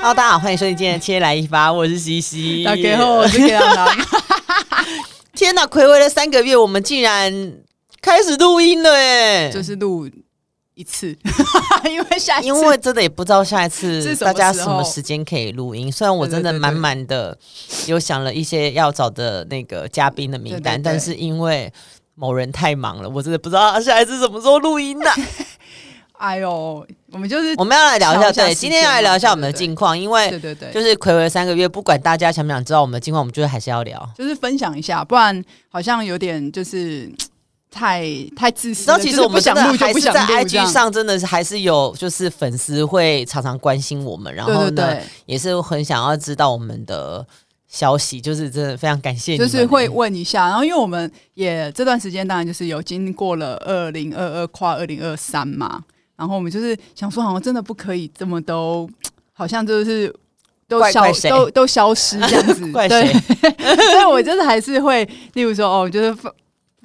Hello，大家好，欢迎收听今天的《切来一发》，我是西西。大家好，我是给他拿。 天哪，暌违了三个月，我们竟然开始录音了哎！就是录一次， 因为下一次因为真的也不知道下一次是什大么家什时候么时间可以录音。虽然我真的对对对对满满的有想了一些要找的那个嘉宾的名单，对对对但是因为某人太忙了，我真的不知道他下一次什么时候录音 呢、哎呦，我们就是我们要来聊一下，敲 一下对，时间今天要来聊一下嘛我们的对对近况，因为对对对，就就是暌违了三个月，不管大家想不想知道我们的近况，我们就是还是要聊。是分享一下，不然好像有点就是嘖太太自你私知道，了。其就实是我不们真想的录就还不是想在录这 IG 样，上，真的是还是有，就是粉丝会常常关心我们，然对后对呢，对，也是很想要知道我们的消息，就是真的非常感谢你就们，欸是会问一下。然后因为我们也这段时间当然就是有经过了二零二二跨二零二三嘛，然后我们就是想说，好像真的不可以这么都，嘖好像就是。都怪消怪谁，都都消失这样子 怪对 谁？所以我就是还是会，例如说哦，就是发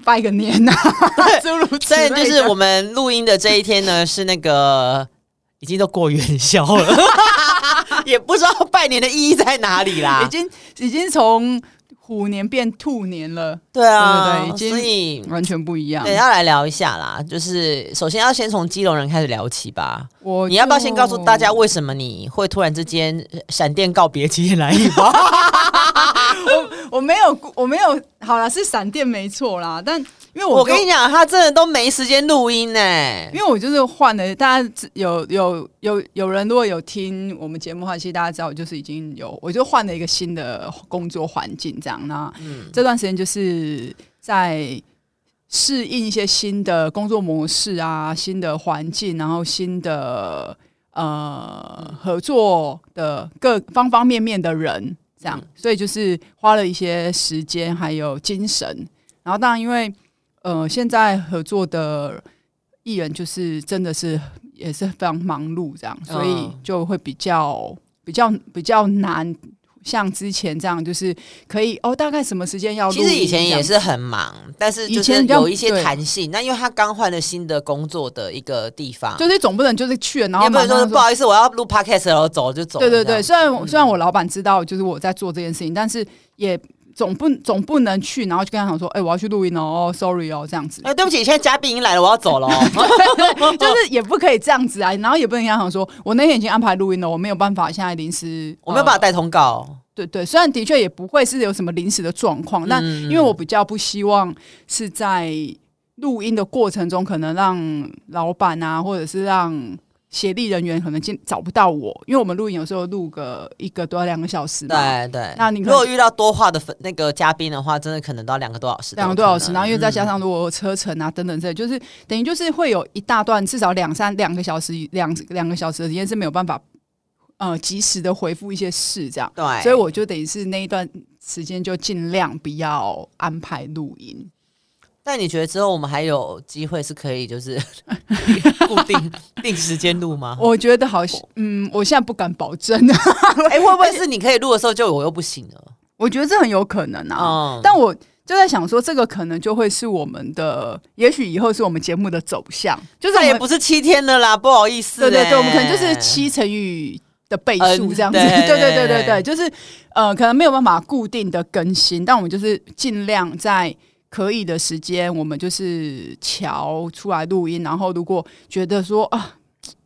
拜个年呐、啊，诸如此虽类然的。就是我们录音的这一天呢，是那个已经都过元宵了， 也不知道拜年的意义在哪里已啦。经已经从虎年变兔年了，对啊，对对对已经嗯所以完全不一样。对啊要来聊一下啦，就是首先要先从基隆人开始聊起吧。我你要不要先告诉大家我为什么你会突然之间呃闪电告别七天来 一发？我没有我没有好啦，是闪电没错啦，但因为我我就跟你讲，他真的都没时间录音呢、因为我就是换了，大家知有有有有人如果有听我们节目的话，其实大家知道，我就是已经有我就换了一个新的工作环境，这样那、这段时间就是在适应一些新的工作模式啊，新的环境，然后新的呃合作的各方方面面的人，这嗯样，所以就是花了一些时间还有精神，然后当然因为呃现在合作的艺人就是真的是也是非常忙碌这样，所以嗯就会比较比较比较难。像之前这样，就是可以哦，大概什么时间要录其音这样？实以前也是很忙，但是就以是前比较有一些弹性。那因为他刚换了新的工作的一个地方，就是总不能就是去了，然你后啊也不能马说上不好意思，我要录 podcast 然后走就走了对这样。嗯对对，虽然我虽然我老板知道就是我在做这件事情，但是也总不总不能去，然后就跟他讲说，哎、我要去录音哦哦，sorry 哦，这样子，哎、哦对不起，现在嘉宾已经来了，我要走了哦。 就是也不可以这样子啊，然后也不能跟他讲说，我那天已经安排录音了，我没有办法现在临时， 我没有办法呃带通告，对对，虽然的确也不会是有什么临时的状况，但嗯因为我比较不希望是在录音的过程中，可能让老板啊，或者是让协力人员可能进找不到我，因为我们录音有时候录个一个多两个小时嘛，对对。那你可如果遇到多话的粉那个嘉宾的话，真的可哦能都要两个多小时都有可能。两个多小时，然后因为再嗯加上如果有车程啊等等这，就是等于就是会有一大段至少两三两个小时两两个小时的时间是没有办法呃及时的回复一些事这样，对，所以我就等于是那一段时间就尽量不要安排录音。但你觉得之后我们还有机会是可以就是 固定定时间录吗？我觉得好像嗯，我现在不敢保证，啊哎、会不会是你可以录的时候就我又不行了？ 我觉得这很有可能啊，嗯，但我。就在想说，这个可能就会是我们的，也许以后是我们节目的走向，就是再我们也不是七天了啦，不好意思、对对欸对，我们可能就是七乘以的倍数这样子。嗯对 对对对对对，就是呃，可能没有办法固定的更新，但我们就是尽量在可以的时间，我们就是瞧出来录音。然后如果觉得说啊，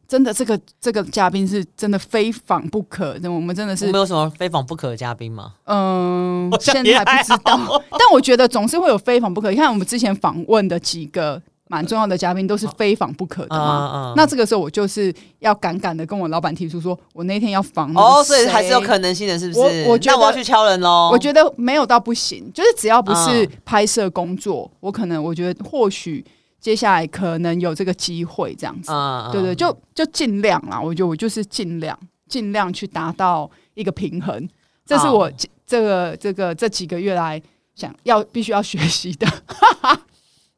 真的这个这个嘉宾是真的非访不可，那我们真的我是们有什么非访不可的嘉宾吗？嗯、我想现也在还不知还道， 但我觉得总是会有非访不可。你看我们之前访问的几个蛮重要的嘉宾，都是非访不可的嘛。嗯那这个时候我就是要敢敢的跟我老板提出说，我那天要防哦，所以还是有能。可能性的，是不是？我我觉那得我要去敲人喽。我觉得没有到不行，就是只要不是嗯拍摄工作，我可能我觉得或许接下来可能有这个机会这样子。嗯，嗯对对，就就尽量啦，我觉得我就是尽量尽量去达到一个平衡，这是好我这这个这个这几个月来想要必须要学习 的。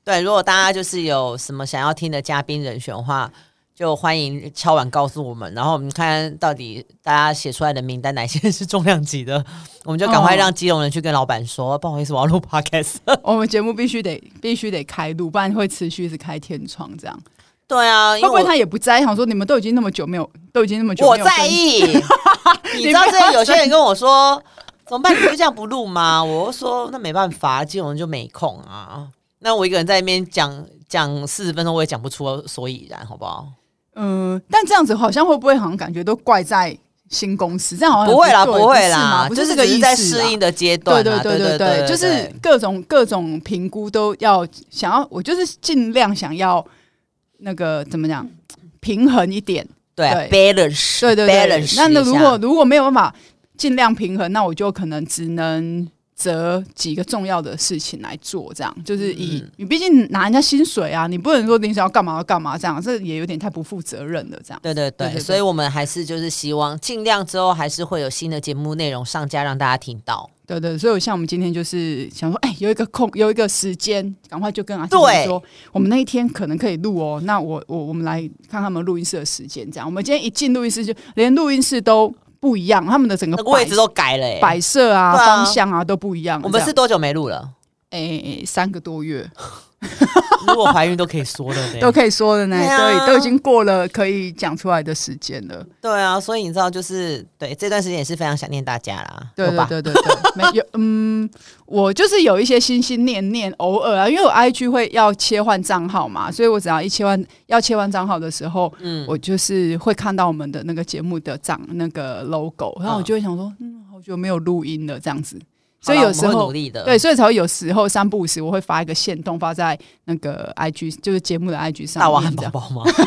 对。如果大家就是有什么想要听的嘉宾人选的话，就欢迎敲碗告诉我们，然后我们看到底大家写出来的名单哪些 是重量级的，我们就赶快哦让基隆人去跟老板说，不好意思，我要录 podcast。我们节目必须得必须得开录，不然会持续是开天窗这样。 对啊，因为会不会我他也不在意？想说你们都已经那么久没有，都已经那么久我没有在 更新意，你知道这有些人跟我说怎么办？你就这样不录吗？我就说那没办法，金融就没空啊。那我一个人在那边讲讲四十分钟，我也讲不出所以然，好不好？嗯，但这样子好像会不会好像感觉都怪在新公司？这样好像不会啦，对不会是啦哦吗，不就是这个只意是思在啦适应的阶段对啊。对对对，就是各种各种评估都要想要，我就是尽量想要那个怎么讲平衡一点。对啊对 balance，对对 b a 对 l a n c 那那如果如果没有办法尽量平衡，那我就可能只能择几个重要的事情来做，这样就是以、嗯你毕竟拿人家薪水啊，你不能说临时要干嘛要干嘛这样，这也有点太不负责任了，这样。对对对对对，对所以我们还是就是希望尽量之后还是会有新的节目内容上架让大家听到。对对，所以我像我们今天就是想说，哎、有一个空，有一个时间，赶快就跟阿对对说，我们那一天可能可以录哦。那我我我们来看他们录音室的时间，这样。我们今天一进录音室就连录音室都不一样，他们的整个那个摆位置都改了、欸，摆设啊、对啊方向啊都不一样。我们这样是多久没录了？哎、三个多月如果怀孕都可以说了、 都呢。可以说的呢，对啊对，都已经过了可以讲出来的时间了。对啊，所以你知道，就是对这段时间也是非常想念大家啦，对有对吧？对对对，没 有嗯，我就是有一些心心念念，偶尔啊，因为我 IG 会要切换账号嘛，所以我只要一切换要切换账号的时候，嗯我就是会看到我们的那个节目的账那个 logo，然后我嗯就会想说，嗯，好久没有录音了这样子，好所啦以有我们时会候努力的，对，所以才会有时候三不五时我会发一个线动发在那个 IG，就是节目的 IG 上面。大王汉这堡样包吗？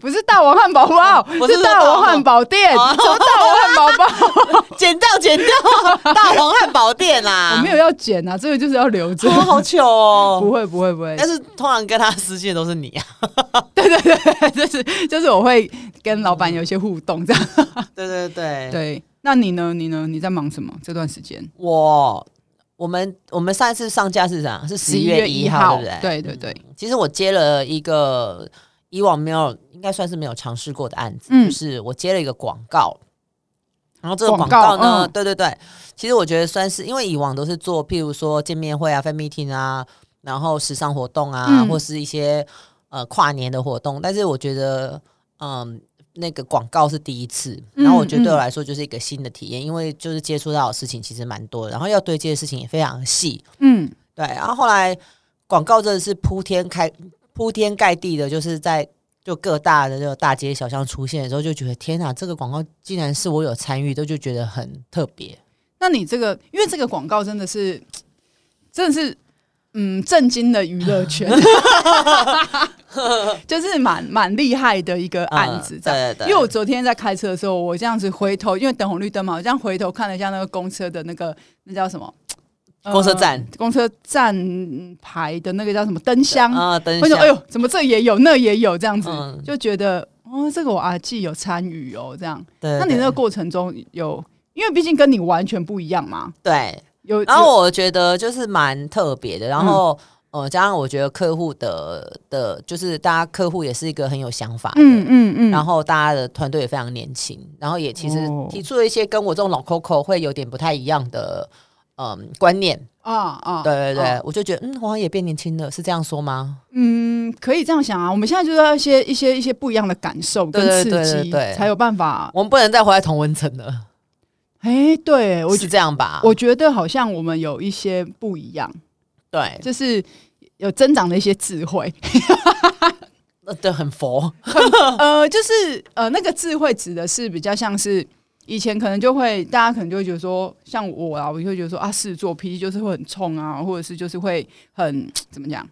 不是大王汉堡包，我哦是是大王汉堡店，什哦么大王 汉堡包？剪掉，剪掉，大王汉堡店啦， 我没有要剪啊，这个就是要留着 哦，。好糗不哦。会不会不会但，是通常跟他私信的都是你啊， 就是就是我会跟老板有一些互动这样。 对对嗯对，对，那你呢？你呢？你在忙什么？这段时间我我们我们上一次上架是啥？是十一月一号，对不对？对对对，其实我接了一个以往没有，应该算是没有尝试过的案子，嗯就是我接了一个广告。然后这个广广告告呢，嗯对对对，其实我觉得算是，因为以往都是做，譬如说见面会啊、fan meeting 啊，然后时尚活动啊，嗯或是一些呃跨年的活动，但是我觉得，嗯。那个广告是第一次，嗯然后我觉得对我嗯来说就是一个新的体验，因为就是接触到的事情其实蛮多的，然后要对接的事情也非常细，嗯对，然后后来广告真的是铺天开铺天盖地的，就是在就各大的这个大街小巷出现的时候，就觉得天哪，这个广告竟然是我有参与的，就觉得很特别。那你这个，因为这个广告真的是，真的是，嗯，震惊了娱乐 圈，就是蛮蛮厉害的一个案子，这嗯样。对对对因为我昨天在开车的时候，我这样子回头，因为等红绿灯嘛，我这样回头看了一下那个公车的那个那叫什么？呃公车站，公车站牌的那个叫什么灯箱？啊，等我一想，下哎，呦，怎么这也有，那也有，这样子、嗯就觉得，哦，这个我阿季有参与哦，这样。对那你那个对过程中有，因为毕竟跟你完全不一样嘛，对，有，然后我觉得就是蛮特别的，嗯然后。呃，加上我觉得客户的的，就是大家客户也是一个很有想法的，嗯嗯嗯，然后大家的团队也非常年轻，然后也其实哦提出了一些跟我这种老 Coco 会有点不太一样的嗯观念。啊啊，对对对，啊我就觉得嗯，我好像也变年轻了，是这样说吗？嗯，可以这样想啊。我们现在就是要一些一些一些不一样的感受跟对对刺对激，对对才有办法。我们不能再回来同温层了，哎，对我是啊这样吧？我觉得好像我们有一些不一样，对，就是有增长的一些智慧。呃对，很佛，哦呃，就是呃，那个智慧指的是比较像是以前可能就会大家可能就会觉得说，像我啊，我就会觉得说啊，狮子座脾气就是会很冲啊，或者是就是会很怎么讲，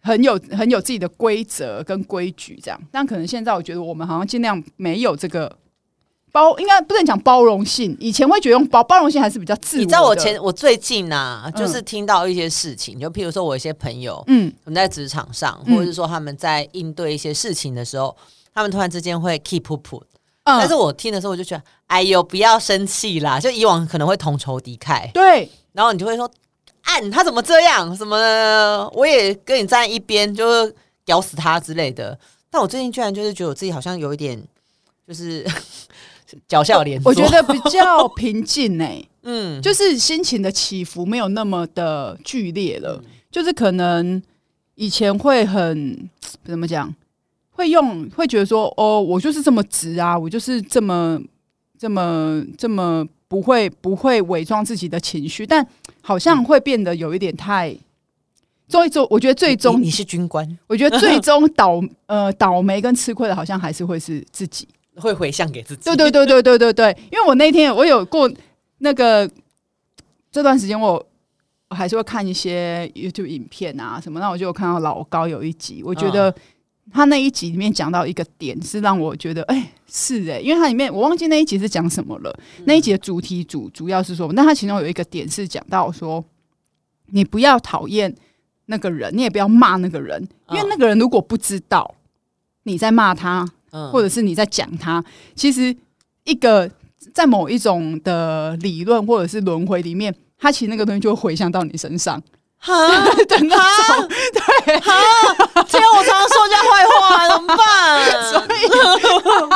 很有很有自己的规则跟规矩这样。但可能现在我觉得我们好像尽量没有这个。包应该不能讲包容性，以前会觉得用包包容性还是比较自我的。你知道我前我最近呐、嗯就是听到一些事情，就譬如说我一些朋友，嗯我们在职场上，嗯或者是说他们在应对一些事情的时候，他们突然之间会 keep up 嗯，但是我听的时候我就觉得，哎呦，不要生气啦！就以往可能会同仇敌忾，对然后你就会说，按他怎么这样，什么的我也跟你站一边，就是屌死他之类的。但我最近居然就是觉得我自己好像有一点，就是 脚下有连我坐觉，得比较平静哎、 嗯，就是心情的起伏没有那么的嗯剧烈了，就是可能以前会很怎么讲，会用会觉得说，哦，我就是这么直啊，我就是这么这么这么不会不会伪装自己的情绪，但好像会变得有一点太。最终，我觉得最终你，你是军官，我觉得最终倒呃倒霉跟吃亏的，好像还是会是自己。会回向给自己。对对对对对对对，因为我那天我有过那个这段时间我，我还是会看一些 YouTube 影片啊什么，那我就有看到老高有一集，我觉得他那一集里面讲到一个点，是让我觉得哎、是哎、因为它里面我忘记那一集是讲什么了，那一集的主题主主要是说，那它其中有一个点是讲到说，你不要讨厌那个人，你也不要骂那个人，因为嗯那个人如果不知道你在骂他，嗯，或者是你在讲它，其实一个在某一种的理论或者是轮回里面，它其实那个东西就会回向到你身上 哈，的那种。对，天啊，我常常说人家坏话，怎么 办？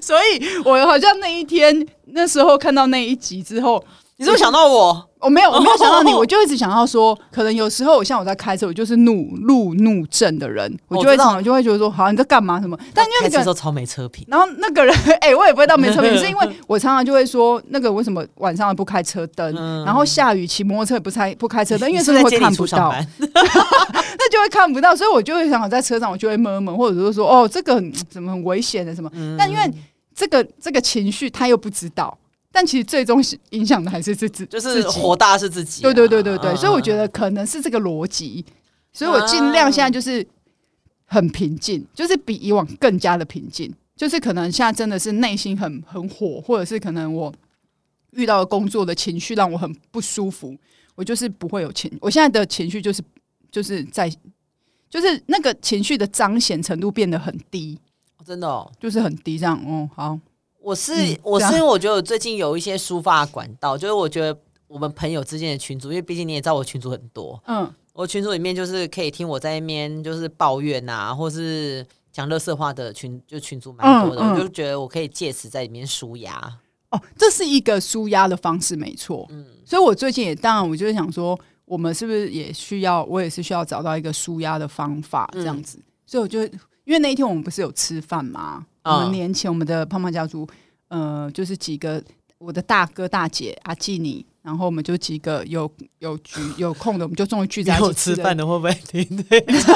所以我好像那一天那时候看到那一集之后，你是不是想到我？我没有我没有想到你，我就一直想到说，可能有时候我像我在开车，我就是怒怒怒症的人，我我就会知道常常就会觉得说，好你在干嘛什么？ 但因为开那车个时候超没车评，然后那个人， 哎、我也不会到没车评，是因为 我常常就会说，那个为什么晚上不开车灯，嗯然后下雨骑摩托车也不开不 开车灯，因为你是真不的是在街会看里不出上到，班？那就会看不到， 所以我就会想在车上，我就会闷闷，或者是说，哦，这个很怎么很危险的什么，嗯但因为这个这个情绪他又不知道，但其实最终是影响的还是自己，就是自己火大是自己啊、对对对对对，嗯所以我觉得可能是这个逻辑，所以我尽量现在就是很平静，就是比以往更加的平静，就是可能现在真的是内心很很火，或者是可能我遇到的工作的情绪让我很不舒服，我就是不会有情，我现在的情绪就是就是在就是那个情绪的彰显程度变得很低，真的、哦。就是很低这样。哦，好，我是、嗯我是对啊因为我觉得我最近有一些抒发的管道，就是我觉得我们朋友之间的群组，因为毕竟你也知道我群组很多，嗯我群组里面就是可以听我在那边就是抱怨啊，或是讲乐色话的群，就群组蛮多的，嗯嗯我就觉得我可以借此在里面舒压。哦，这是一个舒压的方式，没错。嗯，所以我最近也当然，我就是想说，我们是不是也需要，我也是需要找到一个舒压的方法，这样子。所以我就因为那一天我们不是有吃饭吗？啊我 们年前我们的胖胖家族，呃，就是几个我的大哥大姐阿基尼，然后我们就几个有有局有空的，我们就终于聚在一起吃了的会不会 听？对，啊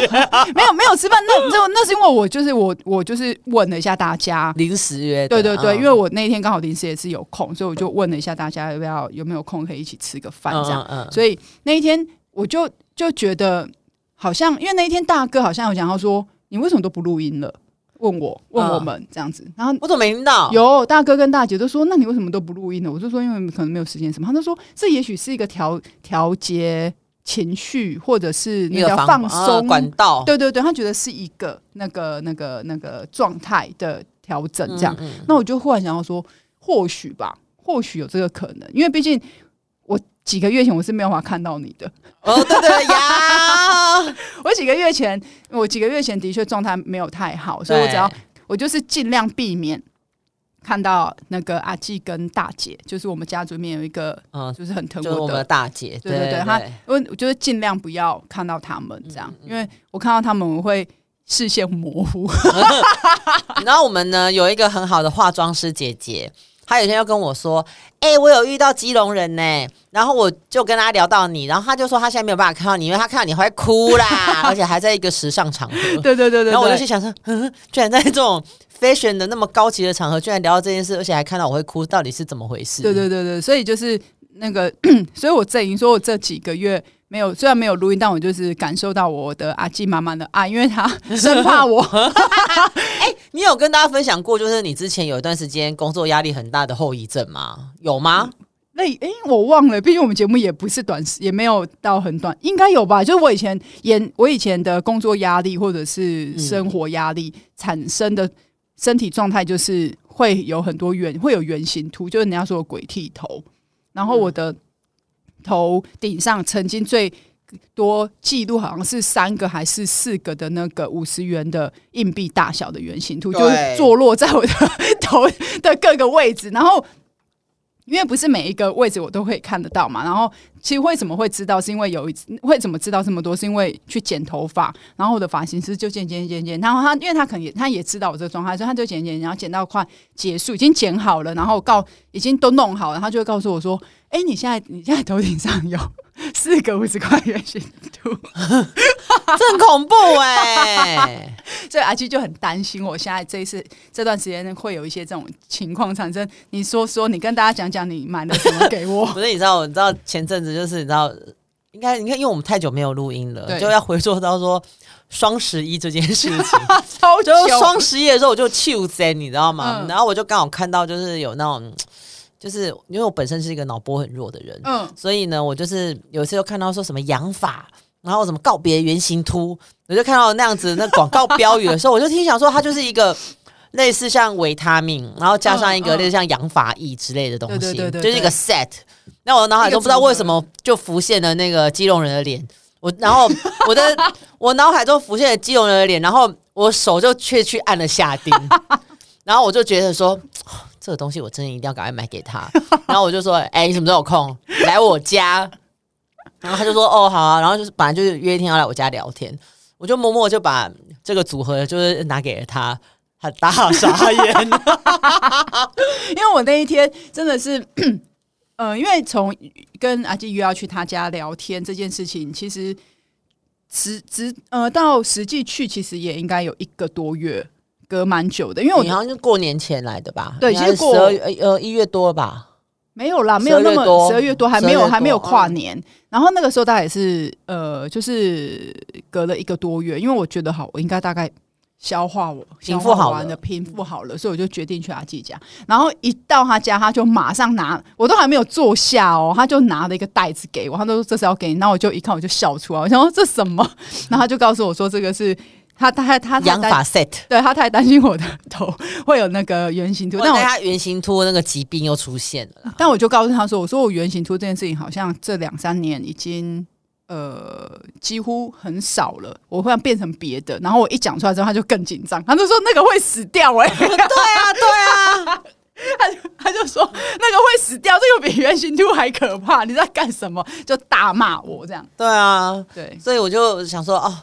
没有没有吃饭，那那那是因为我就是我我就是问了一下大家，临时约的。对对对，嗯因为我那天刚好临时也是有空，所以我就问了一下大家要不要有没有空可以一起吃个饭这样。嗯嗯嗯所以那一天我就就觉得好像，因为那一天大哥好像有讲到说，你为什么都不录音了？问我问我们这样子，然后。我怎么没听到？有大哥跟大姐都说，那你为什么都不录音呢？我就说，因为可能没有时间什么。他就说，这也许是一个调调节情绪，或者是那一个个房放呃松、管道，对对对，他觉得是一个那个那个那个状态的调整嗯，这样。嗯那我就忽然想到说，或许吧，或许有这个可能，因为毕竟我几个月前我是没有办法看到你的。哦，对 对呀，我几个月前，我几个月前的确状态没有太好，所以我只要对我就是尽量避免看到那个阿纪跟大姐，就是我们家族里面有一个嗯，就是很疼就是我我们的的。大姐，对对嗯对对，他我我就是尽量不要看到他们这样，因为我看到他们我会视线 模糊。然后我们呢有一个很好的化妆师姐姐，她有一天要跟我说：“哎、我有遇到基隆人呢、然后我就跟她聊到你，然后她就说她现在没有办法看到你，因为她看到你会哭啦，而且还在一个时尚场合。对对对对对，然后我就去想说，嗯，居然在这种 fashion 的那么高级的场合，居然聊到这件事，而且还看到我会哭，到底是怎么回事？对对对对，所以就是那个， 所以我阵营说我这几个月没有，虽然没有录音，但我就是感受到我的阿季妈妈的爱，因为她 生怕我你有跟大家分享过，就是你之前有一段时间工作压力很大的后遗症吗？有吗？累。哎、我忘了，毕竟我们节目也不是短时，也没有到很短，应该有吧？就是我以前演，我以前的工作压力或者是生活压力产生的身体状态，就是会有很多圆，会有圆形秃，就是人家说的鬼剃头。然后我的头顶上曾经最多记录好像是三个还是四个的那个五十元的硬币大小的圆形图，对就是坐落在我的头的各个位置。然后因为不是每一个位置我都可以看得到嘛。然后其实为什么会知道，是因为有一次会怎么知道这么多，是因为去剪头发，然后我的发型师就剪剪剪剪，然后他因为他可能也他也知道我这个状态，所以他就剪剪，然后剪到快结束，已经剪好了，然后告已经都弄好了，他就会告诉我说：“哎、你现在你现在头顶上有四个五十块圆形图。” 这很恐怖哎、 所以阿基就很担心，我现在这一次这段时间会有一些这种情况产生。你说说，你跟大家讲讲你买了什么给我？ 不是，你知道，我知道前阵子就是你知道，应该你看，因为我们太久没有录音了，对就要回溯到说双十一这件事 情。超久就，双十一的时候，我就气死欸你知道吗？嗯然后我就刚好看到，就是有那种，就是因为我本身是一个脑波很弱的人，嗯，所以呢，我就是有一次就看到说什么养法，然后什么告别圆形秃，我就看到那样子那广告标语的时候，我就听想说它就是一个。类似像维他命，然后加上一个嗯嗯类似像养发液之类的东西，对对对对就是一个 set。那我脑海中不知道为什么就浮现了那个基隆人的脸，我然 后我的我脑海中浮现了基隆人的脸，然后我手就却去按了下 定，然后我就觉得说，这个东西我真的一定要赶快买给他。然后我就说，哎、你什么时候有空来我家？然后他就说，哦，好啊。然后就是本来就是约一天要来我家聊天，我就默默就把这个组合就是拿给了他，他大傻 眼。因为我那一天真的是。呃，因为从跟阿基约要去他家聊天这件事情，其实实实呃到实际去，其实也应该有一个多月，隔蛮久的。因为我你好像是过年前来的吧？对应该其实是过12月呃一月多了吧。没有啦，没有那12月么多十二月多还没12月有多嗯还没有跨年。然后那个时候大概也是呃，就是隔了一个多月，因为我觉得好，我应该大概消化我平复好了消化完了，平复好了，所以我就决定去阿季家。然后一到他家，他就马上拿，我都还没有坐下哦，他就拿了一个袋子给我，他就说这是要给你。那我就一看我就笑出来，我想说这什么？ 然后他就告诉我说这个是。他他他他养他法 set，对他太担心我的头 会有那个圆形图，我但我他原型秃那个疾病又出现了啦。但我就告诉他说：“我说我原型图这件事情，好像这两三年已经呃几乎很少了，我会变成别的。”然后我一讲出来之后，他就更紧张，他就说：“那个会死掉哎、欸 对啊，对啊， 他就说：“那个会死掉，这个比原型图还可怕，你在干什么？”就大骂我这样。 对啊， 对，所以我就想说，哦，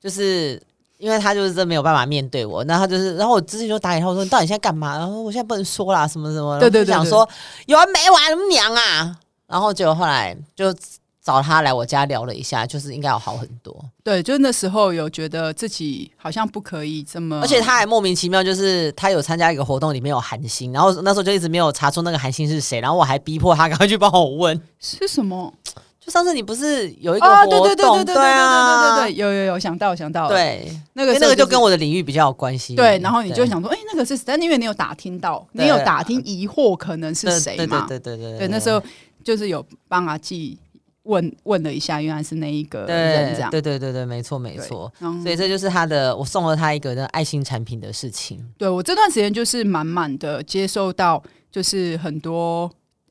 就是因为他就是真没有办法面对我，那他就是，然后我之前就打给他，我说你到底现在干嘛？然后我现在不能说啦，什么什么，对对然后我就想对对说有完没完，什么娘啊！然后结果后来就找他来我家聊了一下，就是应该有好很多，对，就那时候有觉得自己好像不可以这么，而且他还莫名其妙，就是他有参加一个活动，里面有韩星，然后那时候就一直没有查出那个韩星是谁，然后我还逼迫他赶快去帮我问。是什么？就上次你不是有一个哦，活动，对对对对对对对啊对对对，有有有想到想到了，对，那因个为时那候个就是跟我的领域比较有关系。对，然后你嗯就对想说，哎、那个是谁，但因为你有打听到，对呃你有打听疑惑可能是谁对嘛？对对对对对，那时候就是有帮阿纪问问了一下，原来是那一个人对这样。嗯对对对对，没错没错。然后所以这就是他的，我送了他一个那爱心产品的事情。对我这段时间就是满满的接受到，就是很多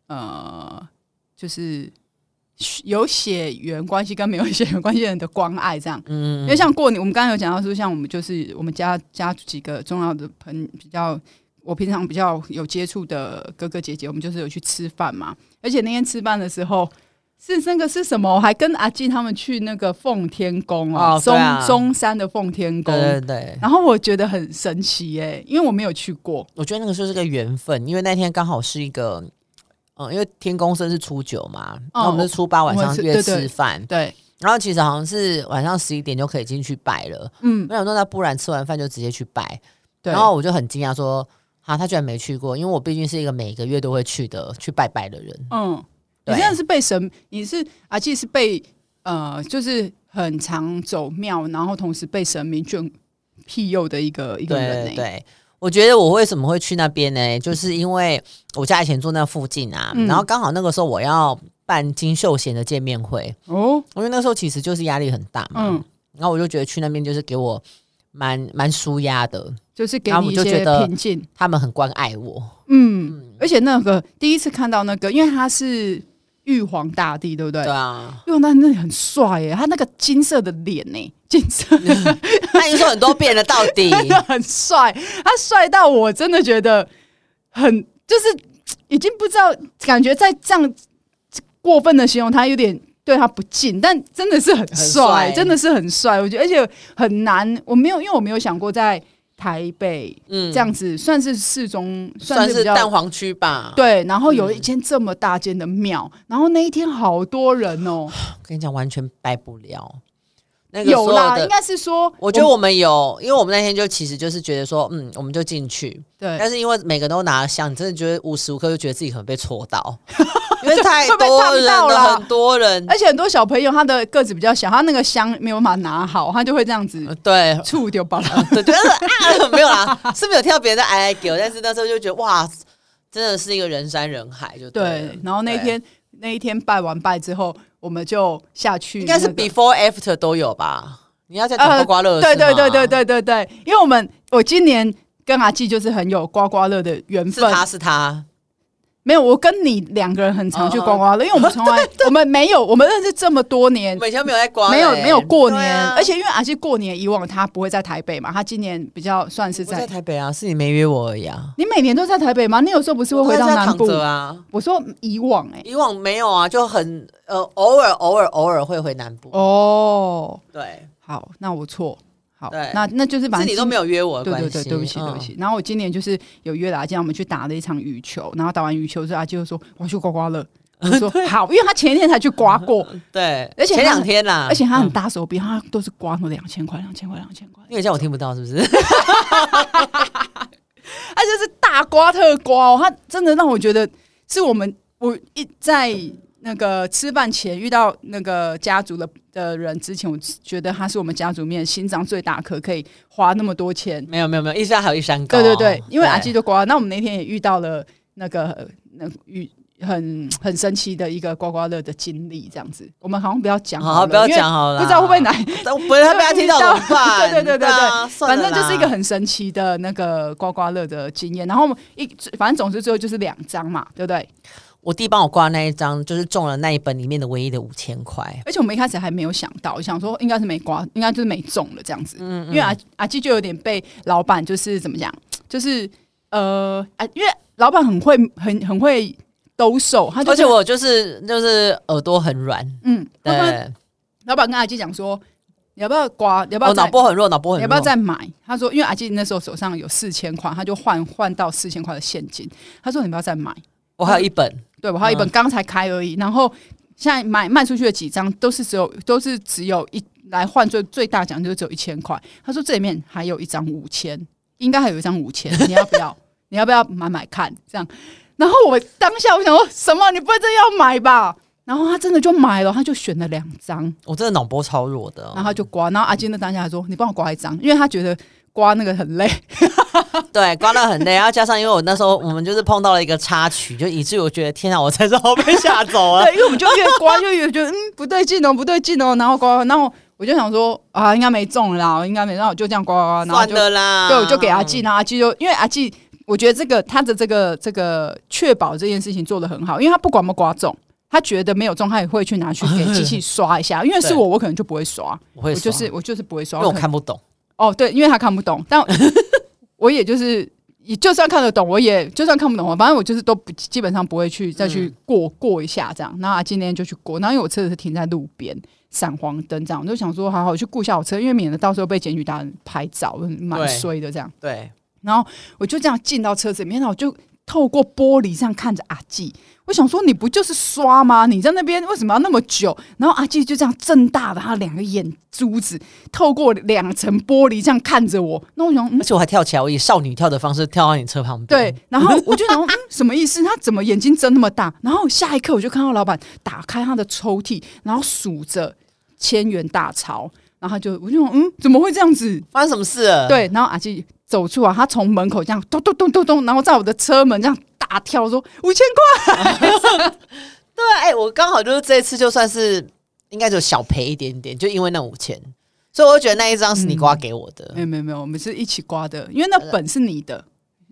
呃，就是有血缘关系跟没有血缘关系的人的关爱这样。嗯因，为像过年，我们刚刚有讲到说，像我们就是我们家家几个重要的朋比较，我平常比较有接触的哥哥姐姐，我们就是有去吃饭嘛。而且那天吃饭的时候，是那个是什么？我还跟阿纪他们去那个奉天宫哦，哦对中啊中山的奉天宫。对对对，然后我觉得很神奇耶、因为我没有去过。我觉得那个就是个缘分，因为那天刚好是一个。嗯，因为天公生是初九嘛，那、我们是初八晚我上们是约对对吃饭，对，然后其实好像是晚上十一点就可以进去拜了。嗯，我想说，那不然吃完饭就直接去拜，对。然后我就很惊讶说，啊，他居然没去过，因为我毕竟是一个每个月都会去的去拜拜的人。嗯，你对真的是被神，你是阿纪是被呃，就是很常走庙，然后同时被神明眷庇佑的一个一个对人、欸。对，我觉得我为什么会去那边呢？就是因为我家以前住那附近啊，嗯然后刚好那个时候我要办金秀贤的见面会，哦，因为那时候其实就是压力很大嘛，嗯，然后我就觉得去那边就是给我蛮蛮舒压的，就是给然后你我一就些觉得平静。他们很关爱我。嗯，而且那个第一次看到那个，因为他是玉皇大帝，对不对？对啊，玉皇大帝那里很帅耶、他那个金色的脸呢、金色的他已经说很多遍了，到 底真的很帅，他帅到我真的觉得很就是。已经不知道，感觉在这样过分的形容他有点对他不敬，但真的是很帅，帅真的是很帅。我觉得，而且很难，我没有，因为我没有想过在台北嗯这样子，算是市中，算是比是较蛋黄区吧。，对。然后有一间这么大间的庙，然后那一天好多人哦、我跟你讲，完全掰不了。嗯那个有所有啦，应的，该是说，我觉得我们有，因为我们那天就其实就是觉得说，嗯，我们就进去，对但是因为每个都拿了香，你真的觉得无时无刻就觉得自己可能被戳 到，因为太会被多烫人到啦哎了，很多人，而且很多小朋友他的个子比较小，他那个香没有办法拿好，他就会这样子呃对，触丢巴拉。对，就是啊，没有啦，是没有听到别人在哀哀叫，但是那时候就觉得哇，真的是一个人山人海，就对了 对，然后那一对天那一天拜完拜之后，我们就下去、应该是嗯那个 before after 都有吧？你要在讲呃刮刮乐是吗、对对对对对对对，因为我们我今年跟阿纪就是很有刮刮乐的缘是分，他是他，没有我跟你两个人很常去哦刮刮乐，因为我 们从来我们没有我们认识这么多年我。们以前没有在刮嘞、没有没有过对年，啊而且因为阿纪过年以往他不会在台北嘛，他今年比较算是我在在。台北啊，是你没约我而已啊，你每年都在台北吗？你有时候不是会我回都到在南躺部？着啊。我说以往哎、以往没有啊，就很呃，偶尔偶尔偶尔会回南部，哦，对，好，那我错，好对，那那就是把是你都没有约我的对关对系，对，对不起，对嗯不起。然后我今年就是有约了阿健，我们去打了一场羽球，然后打完羽球之后，阿健就说我要去刮 刮乐，我说好，因为他前一天才去刮过，嗯对，而且前他两天啦，而且他很嗯，大手笔，他都是刮那两千块、两千块、两千块，因为这样我听不到，是不是？ 他就是大刮特刮哦，他真的让我觉得是我们我一在。那个吃饭前遇到那个家族的的人之前，我觉得他是我们家族里面心脏最大颗，可以花那么多钱没有没有没有，一山还有一山啊高。对对对，因为阿基就刮，那我们那天也遇到了那个那遇很很神奇的一个刮刮乐的经历，这样子，我们好像不要讲好好了不要因为讲好了，不知道会不会 哪，但我不 然他被他听到怎么办？对对对对对啊反正就是一算个。了啦很神奇的那个刮刮乐的经验。然后我们一反正总之最后就是两张嘛，对不对？我弟帮我刮那一张，就是中了那一本里面的唯一的五千块。而且我们一开始还没有想到，想说应该是没刮，应该就是没中了这样子。嗯因为阿阿基就有点被老板就是怎么讲，就是呃啊，因为老板很会很很会兜售，他就而是且我就是就是耳朵很软，嗯，对老，板老板跟阿基讲说，你要不要刮，你要不我要再、哦脑波很弱，脑波很你要不要弱。再买？他说，因为阿基那时候手上有四千块，他就换换到四千块的现金。他说你不要再买，我嗯还有一本，对我还有一本嗯刚才开而已，然后现在卖卖出去的几张都是只有都是只有一来换最最大奖就只有一千块。他说这里面还有一张五千，应该还有一张五千，你要不要？你要不要买买看？这样，然后我当下我想说什么？你不会真要买吧？然后他真的就买了，他就选了两张，我真的脑波超弱的。哦然后他就刮。然后阿金的当下还说：“你帮我刮一张，因为他觉得刮那个很累。 对，刮到很累，然后加上因为我那时候我们就是碰到了一个插曲，就以至于我觉得天啊，我才是好 被吓走了。对，因为我们就越刮就越觉得嗯不对劲哦，不对劲哦，然后刮，然后我就想说啊，应该没中啦，我应该没中，然后我就这样刮刮刮，然后算就了啦，对，我就给阿纪，然后阿纪就因为阿纪，我觉得这个他的这个这个确保这件事情做得很好，因为他不管有没有刮中。他觉得没有中，他也会去拿去给机器刷一下，因为是对我，我可能就不会刷，我哎会我就刷是我就是不会因刷。为我可能看不懂。哦，对，因为他看不懂，但我也就是，也就算看得懂，我也就算看不懂，反正我就是都不基本上不会去再去过、过一下这样。那啊今天就去过，然后因为我车子是停在路边，闪黄灯这样，我就想说好好去顾一下我车，因为免得到时候被检举达人拍照，蛮对衰的这样。对，然后我就这样进到车子里面，然后我就透过玻璃这样看着阿纪，我想说你不就是刷吗？你在那边为什么要那么久？然后阿纪就这样睁大了他两个眼珠子，透过两层玻璃这样看着我。那我想，嗯而，且我还跳起来，我以少女跳的方式跳到你车旁边。对，然后我就想说、嗯、什么意思？他怎么眼睛睁那么大？然后下一刻我就看到老板打开他的抽屉，然后数着千元大钞，然后他就我就想嗯，怎么会这样子？发生什么事了？对，然后阿纪走出来，他从门口这样咚咚咚咚咚，然后在我的车门这样大跳说五千块，对，哎、我刚好就是这一次，就算是应该就小赔一点点，就因为那五千，所以我就觉得那一张是嗯你刮给我的。没有没有没有，我们是一起刮的，因为那本是你的，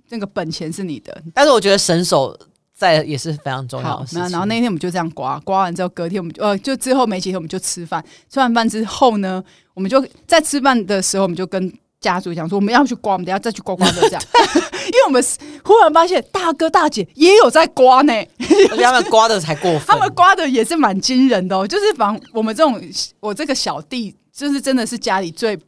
那个本钱是你的。但是我觉得神手在也是非常重要好的，事那情。然后那天我们就这样刮，刮完之后隔天我们就呃，就之后没几天我们就吃饭，吃完饭之后呢，我们就在吃饭的时候我们就跟家族讲说我们要去刮，我们等一下再去刮刮乐这样， 因为我们忽然发现大哥大姐也有在刮呢，而且他们刮的才过分，他们刮的也是蛮惊人的哦。就是反我们这种我这个小弟，就是真的是家里最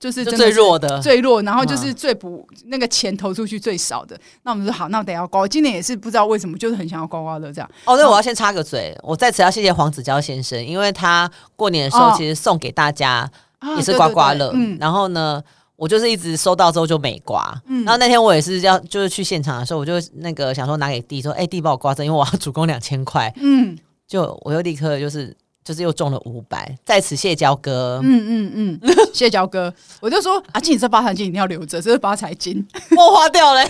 就是就真的最是弱的，嗯最弱，然后就是最不、那个钱投出去最少的。那我们说好，那我等一下要刮。我今年也是不知道为什么，就是很想要刮刮乐这样。哦，对，我要先插个嘴，我在此要谢谢黄子佼先生，因为他过年的时候哦其实送给大家啊也是刮刮对乐，对对嗯，然后呢。我就是一直收到之后就没刮，然后那天我也是要就是去现场的时候，我就那个想说拿给弟说，哎、弟帮我刮这，因为我要主攻两千块，嗯就我又立刻就是就是又中了五百，在此谢焦哥，嗯嗯嗯，谢谢焦哥，我就说啊阿金，你这发财金一定要留着，这是发财金，我花掉 了、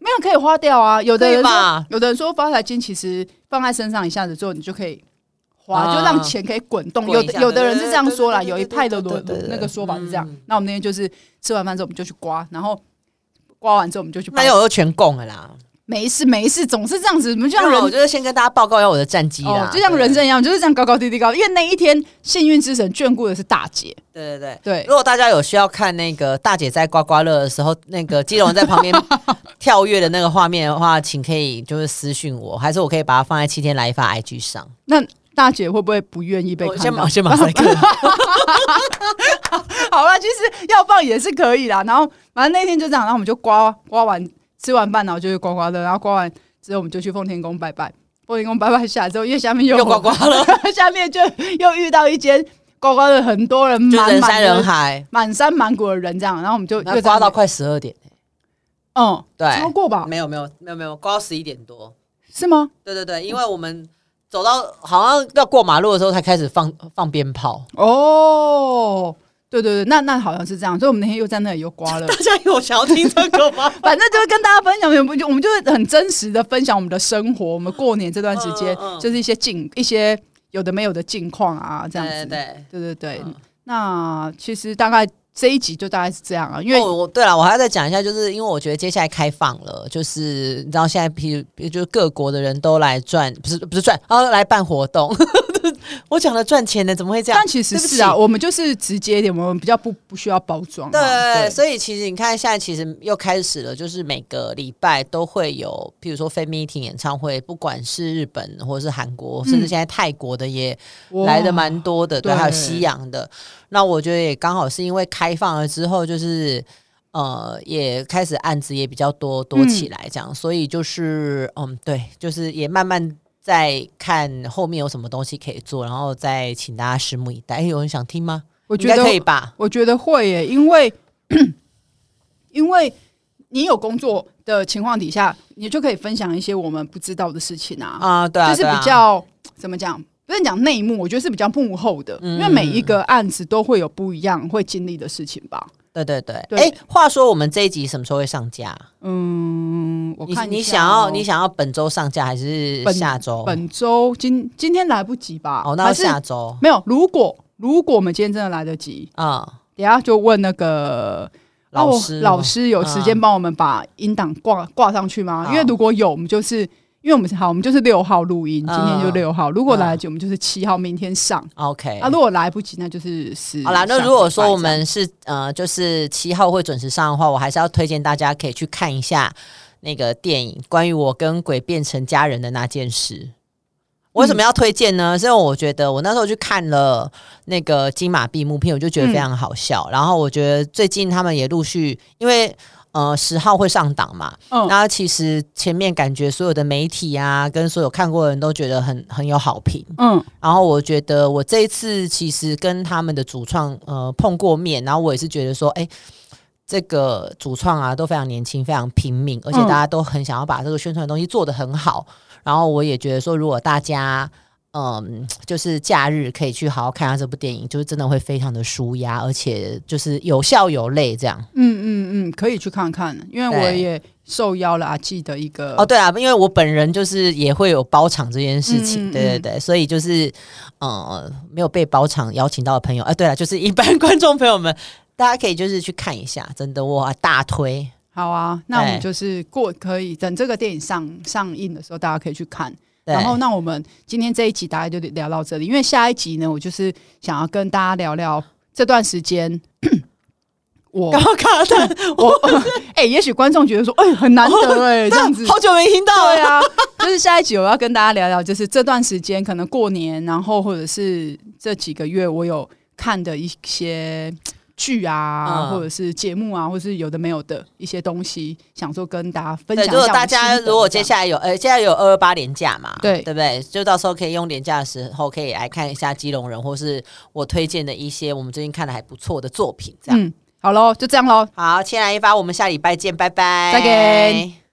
没有可以花掉啊。有的可以人吧说，有的人说发财金其实放在身上一下子之后，你就可以。花啊就让钱可以滚动，滚有一下的有的人是这样说啦，对对对对有一派的对逻对对对那个说法是这样嗯。那我们那天就是吃完饭之后我们就去刮，然后刮完之后我们就去那办。天我就全供了啦。没事没事，总是这样子，你们就像没有人我就是先跟大家报告一下我的战绩啦，哦，就像对人生一样，就是这样高高低低高。因为那一天幸运之神眷顾的是大姐，对对对。对如果大家有需要看那个大姐在刮刮乐的时候，那个基隆在旁 边跳跃的那个画面的话，请可以就是私讯我，还是我可以把它放在七天来一发 IG 上。那大姐会不会不愿意被我看先到马？ 先马赛克， 好啦，其实要放也是可以啦。然后反正那天就这样，然后我们就刮刮完，吃完饭然后就去刮刮乐，然后刮完之后我们就去奉天宫拜拜。奉天宫拜拜下来之后，因为下面又又刮刮乐， 下面就又遇到一间刮刮乐，很多人就满人满山的人，海，满山满谷的人这样，然后我们就然后又刮到在快十二点，嗯对超过吧？哦没有没有没有没有，刮到十一点多。是吗？对对对，因嗯为我们走到好像要过马路的时候才开始放放鞭 炮，哦，对对对，那那好像是这样，所以我们那天又在那里又刮了大。家有想要听这个吗？反正就是跟大家分享，我们就我们就是很真实的分享我们的生活，我们过年这段时间嗯嗯嗯就是一些近一些有的没有的近况啊， 这样子。对对对对对对。嗯那其实大概这一集就大概是这样啊，因为、哦、我对了，我还要再讲一下，就是因为我觉得接下来开放了，就是你知道现在，譬如譬如就是各国的人都来赚，不是不是赚，啊来办活动。 我讲了赚钱的，怎么会这样但？其实对不是啊，起我们就是直接一点，我们比较不不需要包装、啊。对，对所以其实你看，现在其实又开始了，就是每个礼拜都会有，譬如说 fan meeting 演唱会，不管是日本或者是韩国，甚至嗯现在泰国的也哇来的蛮多的，对，对还有西洋的。那我觉得也刚好是因为开放了之后，就是呃，也开始案子也比较多多起来，嗯这样，所以就是嗯，对，就是也慢慢。再看后面有什么东西可以做，然后再请大家拭目以待。哎，有人想听吗？我应觉该得可以吧？我觉得会耶，因为 因为你有工作的情况底下，你就可以分享一些我们不知道的事情啊，啊、对啊，就是对啊比较怎么讲？不是讲内幕，我觉得是比较幕后的，嗯因为每一个案子都会有不一样会经历的事情吧。对对对，对哎，话说我们这一集什么时候会上架？嗯，我你看你一下想哦要你想要本周上架还是本下周？本周今今天来不及吧？哦，那要还是下周没有？如果如果我们今天真的来得及，啊、等一下就问那个老哦师、嗯老师有时间帮我们把音档挂挂上去吗？好因为如果有，我们就是因为我们是好，我们就是六号录音，今天就嗯六号。如果嗯来得及，我们就是七号，明天上。 OK。啊，如果来不及，那就是十。好啦，那如果说我们是呃，就是七号会准时上的话，我还是要推荐大家可以去看一下那个电影，关于我跟鬼变成家人的那件事。我为嗯什么要推荐呢？是因为我觉得我那时候去看了那个金马闭幕片，我就觉得非嗯常好笑。然后我觉得最近他们也陆续，因为呃十号会上档嘛，嗯然后其实前面感觉所有的媒体啊，跟所有看过的人都觉得很很有好评。嗯然后我觉得我这一次其实跟他们的主创呃碰过面，然后我也是觉得说，哎，这个主创啊都非常年轻，非常拼命，而且大家都很想要把这个宣传的东西做得很好。然后我也觉得说，如果大家嗯，就是假日可以去好好看下这部电影，就是真的会非常的舒压，而且就是有笑有泪这样。嗯嗯嗯，可以去看看，因为我对也受邀了阿纪的一个哦，对啊，因为我本人就是也会有包场这件事情，嗯嗯对对嗯对，所以就是呃没有被包场邀请到的朋友，啊，对了，就是一般 观众朋友们，大家可以就是去看一下，真的哇大推，好啊，那我对们就是过可以等这个电影上上映的时候，大家可以去看。对然后，那我们今天这一集大概就聊到这里，因为下一集呢，我就是想要跟大家聊聊这段时间我高卡蛋，我 哎、也许观众觉得说，哎、很难得 哎、这样子。好久没听到了对。啊，就是下一集我要跟大家聊聊，就是这段时间可能过年，然后或者是这几个月我有看的一些剧啊，嗯或者是节目啊，或是有的没有的一些东西，想说跟大家分享对，一下如我果心得这样。大家如果接下来有，呃，接下来有二二八年假嘛，对对不对？就到时候可以用年假的时候，可以来看一下基隆人，或是我推荐的一些我们最近看的还不错的作品，这样。嗯嗯，好喽，就这样喽。好，千来一发，我们下礼拜见，拜拜，再见。